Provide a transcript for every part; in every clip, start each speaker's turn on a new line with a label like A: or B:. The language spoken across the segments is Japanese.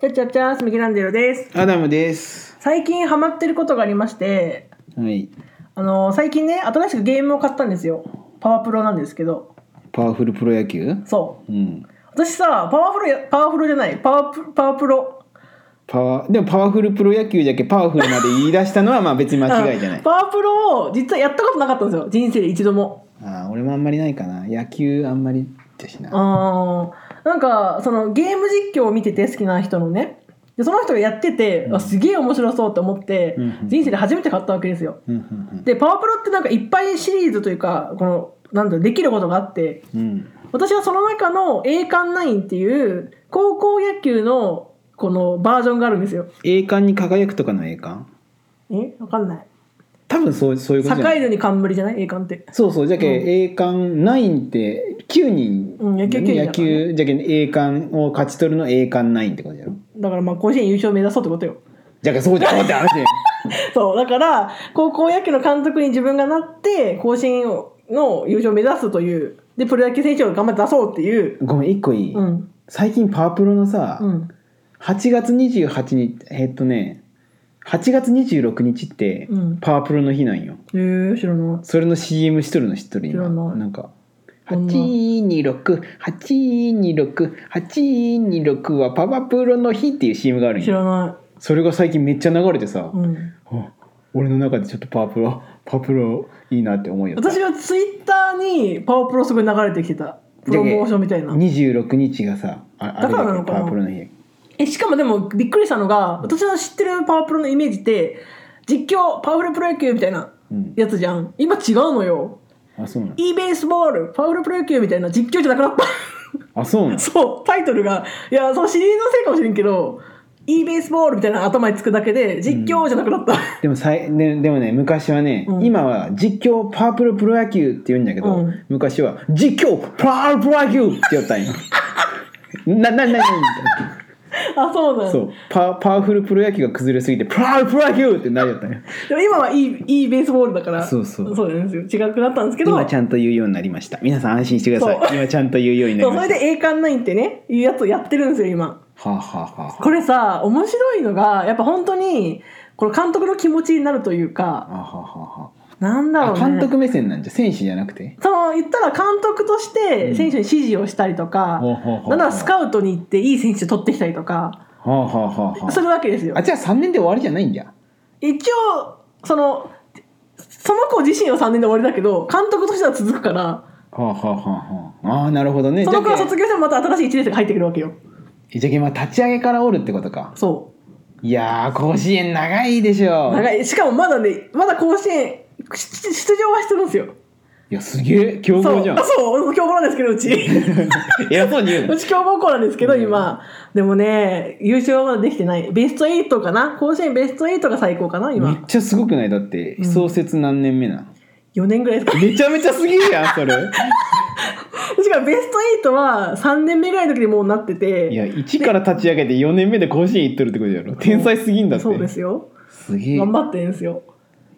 A: チャッチャッチャースミキランデロです。
B: アダムです。
A: 最近ハマってることがありまして、
B: はい。
A: あの最近ね新しくゲームを買ったんですよ。パワプロなんですけど、
B: パワフルプロ野球
A: そう。
B: うん。
A: 私さパワフルやパワフルじゃないパワプパワプロ。
B: パワでもパワフルプロ野球だけパワフルまで言い出したのはまあ別に間違いじゃな
A: うん
B: い。
A: パワプロを実はやったことなかったんですよ人生で一度も。
B: ああ俺もあんまりないかな。野球あんまりだしな。
A: あーなんかそのゲーム実況を見てて好きな人のね。でその人がやってて、あすげえ面白そうと思って、
B: うんうん
A: 人生で初めて買ったわけですよ。
B: うんうん
A: でパワプロってなんかいっぱいシリーズというかこのなんだできることがあって
B: うん。うん。
A: 私はその中の栄冠ナインっていう高校野球のこのバージョンがあるんですよ
B: 栄冠に輝くとかの栄冠
A: えわかんない
B: 多分そうそういうことじゃな
A: 栄え
B: い。
A: るに冠じゃない栄冠って
B: そうそうじゃけ、
A: うん
B: 栄冠9って9人、
A: うん野球9人だからね
B: 野球じゃけ栄冠を勝ち取るの栄冠9ってことじゃろ
A: だからまあ甲子園優勝目指そうってことよ
B: じゃけそうじゃろって話だよ
A: そうだから高校野球の監督に自分がなって甲子園の優勝を目指すというでプロ野球選手を頑張って出そうっていう
B: ごめん一個いい、
A: うん
B: 最近パワプロのさ、
A: うん
B: 8月28日えっとね8月26日って
A: うん
B: パワープロの日なんよ、
A: えー、知らない
B: それの CM しとるの知っとる
A: 知
B: 今
A: らない
B: なんか
A: どんな
B: 826826826はパワープロの日っていう CM があるん
A: 知
B: よ
A: らな
B: それが最近めっちゃ流れてさ
A: い、、うん
B: あ俺の中でちょっとパワープロパワープロいいなって思いよった
A: 私はツイッターにパワープロすごい流れてきてたプロモーションみたいな
B: 26日がさああれ
A: だからな
B: だ
A: の
B: け
A: か
B: パ
A: な
B: ワープロの日
A: えしかもでもびっくりしたのが私の知ってるパワープロのイメージって実況パワフルプロ野球みたいな
B: うん
A: やつじゃん今違うのよ
B: あそうなの
A: e ベースボールパワフルプロ野球みたいな実況じゃなくなっ
B: あそうな
A: た
B: の
A: そうタイトルがいやそのシリーズのせいかもしれんけど e ベースボールみたいなの頭につくだけで実況じゃなくなった、
B: でもさいででもね昔はね、
A: うん
B: 今は実況パワープルプロ野球って言うんだけど、
A: うん
B: 昔は実況パワープロ野球って言ったんよなななな
A: あそうなん
B: そうパワパワフルプロ野球が崩れすぎてパワープロ野球ってなりよったんよ
A: でも今は e, e ベースボールだから
B: そうそう
A: そうなんですよ違くなったんですけど
B: 今ちゃんと言うようになりました皆さん安心してくださ
A: そ
B: い今ちゃんと言うようにな
A: そう
B: り
A: そ
B: ま
A: れ
B: した
A: で栄冠ナインってねいうやつをやってるんですよ今
B: はあ、はあはあは
A: これさ面白いのがやっぱ本当にこの監督の気持ちになるという
B: あ
A: か
B: はあは
A: なんだ
B: あ
A: ろ
B: は
A: う
B: あ
A: ね
B: 監督目線なんじゃ選手じゃなくて
A: その言ったら監督として選手に指示をしたりとか、
B: ほうほうほうほう
A: なんならスカウトに行っていい選手取ってきたりとか
B: はあはあはあは
A: するわけですよ
B: ああじゃあ3年で終わりじゃないんじゃ
A: 一応そのその子自身は3年で終わりだけど監督としては続くから
B: はあはあはあはああーなるほどね
A: その子
B: じゃ
A: が
B: け
A: 卒業してもまた新しい1年生が入ってくるわけよ
B: じゃけまあ立ち上げからおるってことか
A: そう
B: いやー甲子園長いでしょ
A: 長いしかもまだねまだ甲子園し出場はしてるんですよ
B: いやすげえ強
A: そ
B: 豪じゃ
A: うんあそう強豪なんですけどうち
B: 偉そうに言う
A: う
B: な
A: ち強豪校なんですけど、今。でもね、優勝はまだできてない。ベスト8かな甲子園ベスト8が最高かな
B: め
A: 今
B: っ。ちゃすごくないだって創設何年目な、
A: 4年ぐらいですか。
B: めちゃめちゃすげえやん それ
A: しかもベスト8は3年目ぐらいの時にもうなってて。
B: いや1から立ち上げて4年目で甲子園行っとるってことやろ天才すぎんだって
A: そうですよ。
B: すげえい
A: 頑張ってんですよ。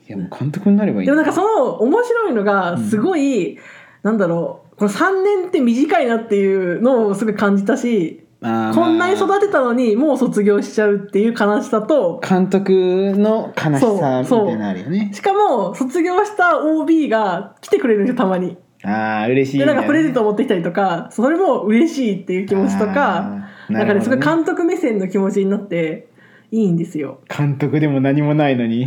B: やもう監督になればいい
A: でもなんかその面白いのが、すごい、なんだろう、この3年って短いなっていうのをすごい感じたし、
B: あー
A: こんなに
B: まあ
A: 育てたのにもう卒業しちゃうっていう悲しさと、
B: 監督の悲しさみたいなのあるよね
A: しかも卒業した OB が来てくれるんですよ、たまに。
B: ああ嬉しい
A: でなんかプレゼン
B: ト
A: トを持ってきたりとかそれも嬉しいっていう気持ちとか
B: あー
A: なんか
B: な
A: ね
B: るほどね
A: すごい監督目線の気持ちになっていいんですよ
B: 監督でも何もないのに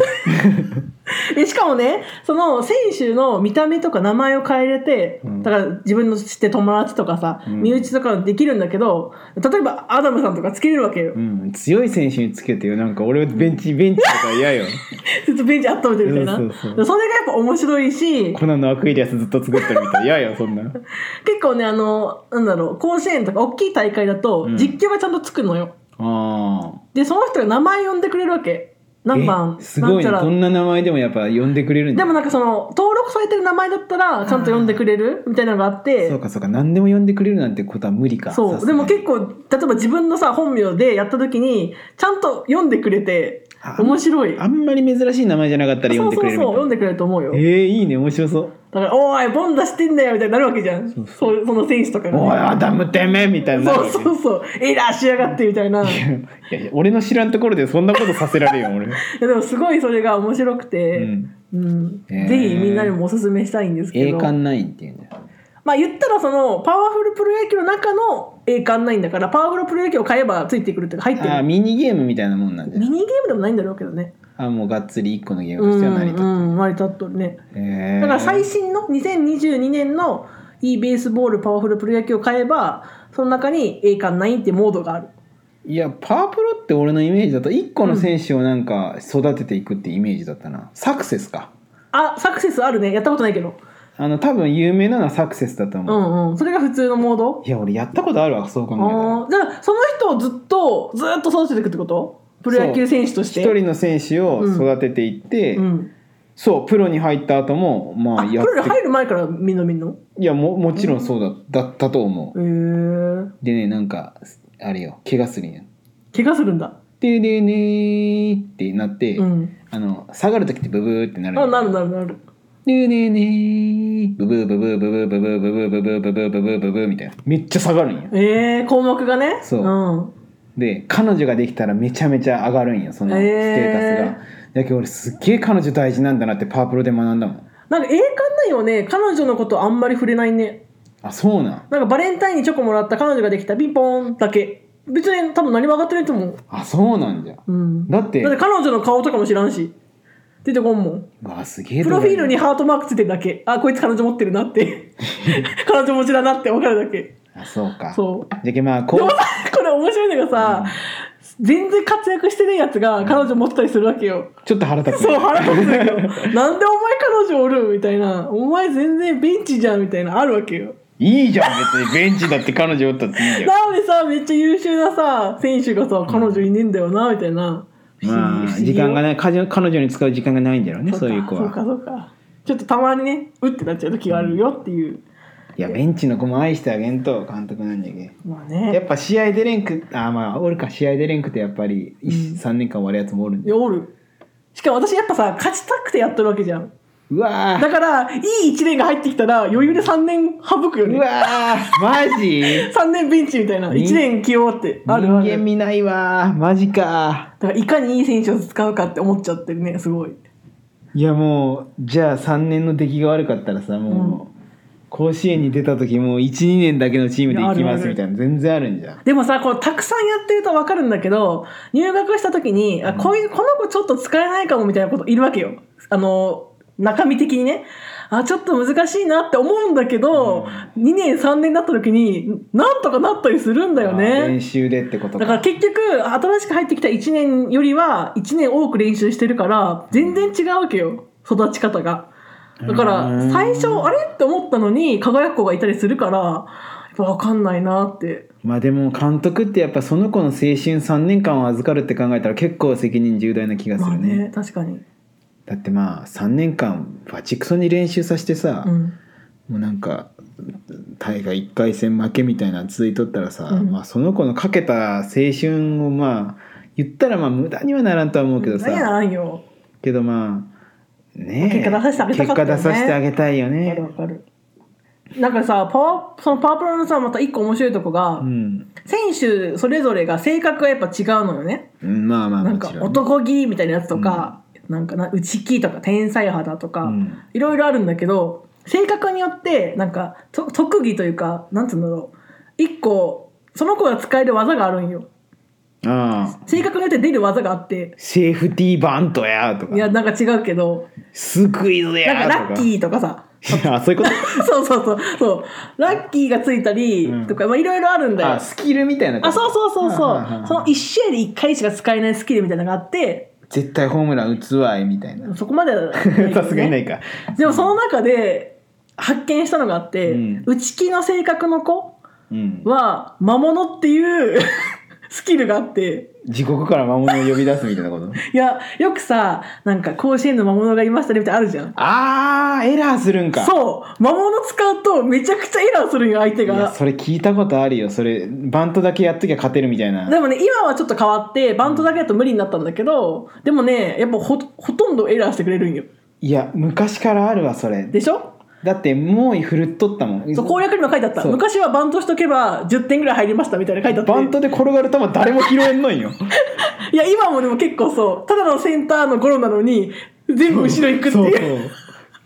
A: でしかもねその選手の見た目とか名前を変えれて、
B: うん
A: だから自分の知ってる友達とかさ、
B: うん
A: 身内とかできるんだけど例えばアダムさんとかつけれるわけよ、
B: うん強い選手につけてよなんか俺ベンチベンチとか嫌よ
A: ずっとベンチ温めてるみたいな
B: そうそうそう
A: それがやっぱ面白いし
B: コナンのアクエリアスずっと作ってるみ たい嫌よそんな
A: 結構ねあのなんだろう甲子園とか大きい大会だと
B: うん
A: 実況がちゃんとつくのよ、
B: ああ
A: でその人が名前呼んでくれるわけ何番
B: えすごい
A: な
B: ね
A: んちゃら
B: こんな名前でもやっぱ呼んでくれるん
A: で
B: だ
A: もなんかその登録されてる名前だったらちゃんと呼んでくれるみたいなのがあって
B: そうかそうか何でも呼んでくれるなんてことは無理か
A: そうでも結構例えば自分のさ本名でやった時にちゃんと読んでくれて
B: あ
A: 面白い
B: あんまり珍しい名前じゃなかったら読んでくれるみ
A: そうそうそう読ん
B: たいな
A: でくれると思うよ
B: えー、いいね面白そう
A: だから「おーいボン出してんだよ」みたいになるわけじゃんそうその選手とか
B: 「
A: が
B: おいアダムてめえ」みたいになる
A: そ
B: よ
A: うそ
B: ね
A: うそう「エラーしやがって」みたいないや
B: いやいや俺の知らんところでそんなことさせられるよ 俺、
A: でもすごいそれが面白くて、
B: うん、
A: うん
B: へー
A: ぜひみんなにもおすすめしたいんですけ
B: 栄
A: ど
B: 冠ナインっていうんだよ
A: まあ言ったらそのパワフルプロ野球の中の栄冠ないんだからパワフルプロ野球を買えばついてくるっていうか入って
B: あー
A: る
B: ミニゲームみたいなもんなんじゃな
A: ミ
B: い
A: ニゲームでもないんだろうけどね
B: あーもうがっつり一個のゲーム
A: う
B: と
A: ん
B: しては成り立つ、
A: うん成り立っとるね
B: えー
A: だから最新の2022年の e ベースボールパワフルプロ野球を買えばその中に栄冠ないってモードがある
B: いやパワープロって俺のイメージだと1個の選手をなんか育てていくってイメージだったな、サクセスか
A: あサクセスあるねやったことないけど
B: あの多分有名なのはサクセスだと
A: う
B: 思う、
A: んうんそれが普通のモード
B: いや俺やったことあるわそう考えたら
A: あーじゃあその人をずっとずっと育てていくってことプロ野球選手として
B: 一人の選手を育てていって、
A: うん、
B: そうプロに入った後もまあ
A: あプ
B: やって
A: ロに入る前からみんな見んの
B: いやももちろんそうだ,、だったと思う
A: へえ
B: でねなんかあれよ怪我するんや
A: 怪我するんだ
B: ででねーってなって、
A: うん
B: あの下がる時ってブブーってなるん
A: あ
B: や
A: なるなるなる
B: ねねねブブーブブーブブーブブーブブーブブーブブーブブーブブーみたいなめっちゃ下がるんや
A: えー、項目がね、
B: そうんで彼女ができたらめちゃめちゃ上がるんやそのス
A: へ
B: テ
A: ー
B: ータスが、だけど俺すっげえ彼女大事なんだなってパワープロで学んだもん
A: なんか栄冠ないよね彼女のことあんまり触れないね
B: あそうなん
A: なんかバレンタインにチョコもらった彼女ができたピンポーンだけ別に多分何も上がってないと思う
B: あそうなんじゃ
A: うん
B: だって
A: だって彼女の顔とかも知らんし出てこんもん
B: うわすげえ
A: プロフィールにハートマークついてるだけあこいつ彼女持ってるなって 彼女持ちだなって分かるだけ
B: あそうか
A: そう
B: じゃけまあ
A: で
B: こ
A: もさ
B: う
A: これ面白いのがさ、全然活躍してないやつが彼女持ってたりするわけよ、
B: ちょっと腹立つ
A: そう腹立つんだ よなんでお前彼女おるみたいなお前全然ベンチじゃんみたいなあるわけよ
B: いいじゃん別にベンチだって彼女おったっていいじゃん
A: なのでさめっちゃ優秀なさ選手がさ彼女いねえんだよなみたいな不思議
B: まあ
A: 不思議よ
B: 時間がない彼女彼女に使う時間がないんだろうねそういう子
A: そうか
B: は
A: そうかちょっとたまにねうってなっちゃう時があるよっていう、
B: いやベンチの子も愛してあげんと監督なんじゃけ
A: まあね
B: やっぱ試合出れんくあまあおるか試合出れんくてやっぱり3年間終わるやつもおるん
A: い
B: で
A: やおるしかも私やっぱさ勝ちたくてやってるわけじゃん
B: うわ
A: だ
B: ー
A: からいい1年が入ってきたら余裕で3年省くよ
B: う
A: ね
B: わーマジ
A: 3年ベンチみたいな1
B: 人
A: 年起用って
B: 人
A: あるあ
B: 間
A: る
B: 見ないわーマジか
A: だからいかにいい選手を使うかって思っちゃってるねすごい
B: いやもうじゃあ3年の出来が悪かったらさもう、甲子園に出た時もう12年だけのチームで行きま
A: いやあるあ
B: す
A: る
B: みたいな全然あるんじゃん
A: でもさこうたくさんやってると分かるんだけど入学した時にあこういうこの子ちょっと使えないかもみたいなこといるわけよあの中身的にねあちょっと難しいなって思うんだけど、2年3年だった時になんとかなったりするんだよ
B: あー練
A: ね
B: 習でってこと
A: だから結局新しく入ってきた1年よりは1年多く練習してるから全然違うわけよ育ち方がだか
B: う
A: ら
B: ん
A: 最初あれって思ったのに輝く子がいたりするからやっぱ分かんないなって
B: まあでも監督ってやっぱその子の青春3年間を預かるって考えたら結構責任重大な気がす
A: まあ
B: るね,、
A: ね確かに、
B: だってまあ3年間バチクソに練習させてさ、
A: うん、
B: もうなんか大会1回戦負けみたいなの続いとったらさ、
A: うん
B: まあ、その子のかけた青春をまあ言ったらまあ無駄にはならんとは思うけど
A: 何や
B: さ
A: らんよ
B: けどまあねえ
A: 結果出させてあげたかったよね
B: 結果出させてあげたいよ
A: わかる
B: ね
A: わかるなんかさパワーそのパワープロのさまた一個面白いとこが、
B: うん、
A: 選手それぞれが性格がやっぱ違うのよね、
B: うん、まあまあ
A: なん
B: も
A: か
B: ちろんね、
A: 男気みたいなやつとか、なんかな内気とか天才肌とか、
B: うん
A: いろいろあるんだけど性格によってなんかと特技というかなんつうんだろう一個その子が使える技があるんよ
B: ああ
A: 性格によって出る技があって
B: セーフティーバントやとか
A: いやなんか違うけど
B: スクイズ
A: なん
B: や
A: か
B: とか
A: ラッキーとかさ
B: あそういうこ
A: そうそうそうそうラッキーがついたり
B: うん
A: とか、まあいろいろあるんだ
B: と
A: よ
B: あスキルみたいなこと
A: あそうそうそうそ
B: はあはあは
A: う
B: あ
A: その1試合で1回しか使えないスキルみたいなのがあって
B: 絶対ホームラン打つわいみたいな
A: そこまではないけどね
B: さすがにないか
A: でもその中で発見したのがあって、
B: うん
A: 内気の性格の子
B: うん
A: は魔物っていう ススキルがあって
B: 地獄から魔物を呼び出すみたいなこと
A: いやよくさなんか甲子園の魔物がいましたねみたいなのあるじゃん
B: あーエラーするんか
A: そう魔物使うとめちゃくちゃエラーするんよ相手
B: いや
A: が
B: それ聞いたことあるよそれバントだけやっときゃ勝てるみたいな
A: でもね今はちょっと変わってバントだけだと無理になったんだけどでもねやっぱほほとんどエラーしてくれるんよ
B: いや昔からあるわそれ
A: でしょ
B: だってもうふるっとったもん
A: そう攻略にも書いてあった
B: そう
A: 昔はバントしとけば10点ぐらい入りましたみたいな書いてあって
B: バントで転がる球誰も拾えんのんよ
A: いや今もでも結構そうただのセンターのゴロなのに全部後ろ行くって
B: そう
A: いう
B: そう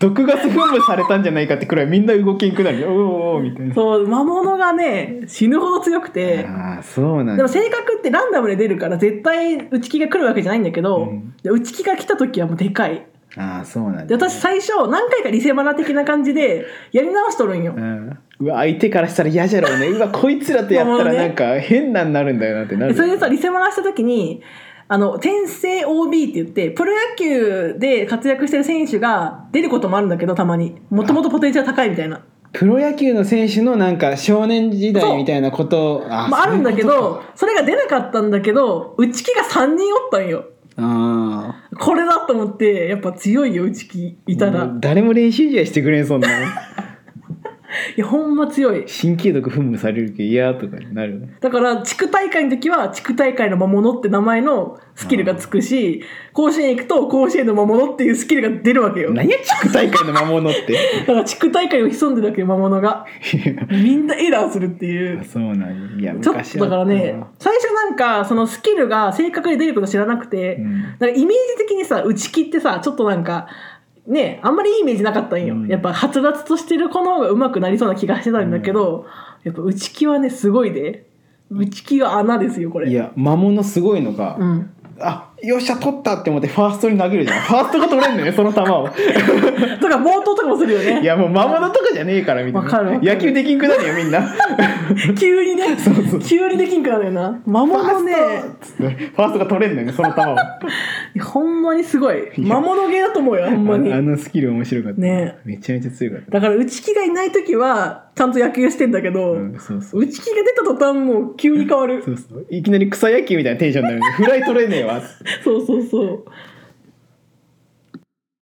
B: 毒ガス噴霧されたんじゃないかってくらいみんな動けんくなるよおーおーおーみたいな
A: そう魔物がね死ぬほど強くて
B: ああそうなん
A: で
B: だ
A: も性格ってランダムで出るから絶対内気が来るわけじゃないんだけど、
B: うん
A: で内気が来た時はもうでかい
B: ああそうなん
A: で
B: だ、
A: 私最初何回かリセマナ的な感じでやり直しとるんよ、
B: うん、うわ相手からしたら嫌じゃろうねうわこいつらとやったらなんか変なになるんだよなってなる
A: それでさリセマナした時にあの転生 OB って言ってプロ野球で活躍してる選手が出ることもあるんだけどたまにもともとポテンシャル高いみたいな
B: プロ野球の選手のなんか少年時代みたいなことあ
A: まあ、あるんだけ
B: そういうこと
A: ど
B: か
A: それが出なかったんだけど内気が3人おったんよ
B: ああ
A: これだと思ってやっぱ強いよ内気いたら、
B: もう
A: い
B: 誰も練習試合してくれんそんなの
A: やほんま強い
B: 神経毒噴霧されるけど嫌とかになるね
A: だから地区大会の時は地区大会の魔物って名前のスキルがつくし甲子園行くと甲子園の魔物っていうスキルが出るわけよだ
B: 何や地区大会の魔物って
A: から地区大会を潜んでるわけよ魔物がみんなエラーするってい
B: あ
A: う
B: そうなんやいや
A: ちょっ
B: 昔
A: とだから
B: あった
A: ね
B: わ
A: 最初なんかそのスキルが正確に出ること知らなくて、
B: うん
A: なんかイメージ的にさ打ち切ってさちょっとなんかねあんまりいいイメージなかったんよ、
B: うん
A: やっぱはつらつとしてる子の方が上手くなりそうな気がしてたんだけど、やっぱ打ち切はねすごいで打ち切は穴ですよこれ
B: いや魔物すごいのが、
A: うん、
B: あよっしゃ取ったって思ってファーストに投げるじゃんファーストが取れんのよその球を
A: とか冒頭とかもするよ
B: い
A: ね
B: やもう魔物とかじゃねえからみたい
A: わかる
B: な
A: わかる
B: 野球できんくなるよみん な
A: 急にね
B: そうそう
A: 急にできんくなるよな魔物ね
B: つってファーストが取れんのよそ の球を
A: ほんまにすごい
B: いや
A: 魔物ゲーだと思うよほんまに
B: ああのスキル面白かった
A: ね
B: めちゃめちゃ強かった
A: だから打ち切がいない時はちゃんと野球してんだけど、
B: うんそうそう
A: 打ち切が出た途端もう急に変わる
B: そうそういきなり草野球みたいなテンションになるんでフライ取れねえわ
A: そうそうそう。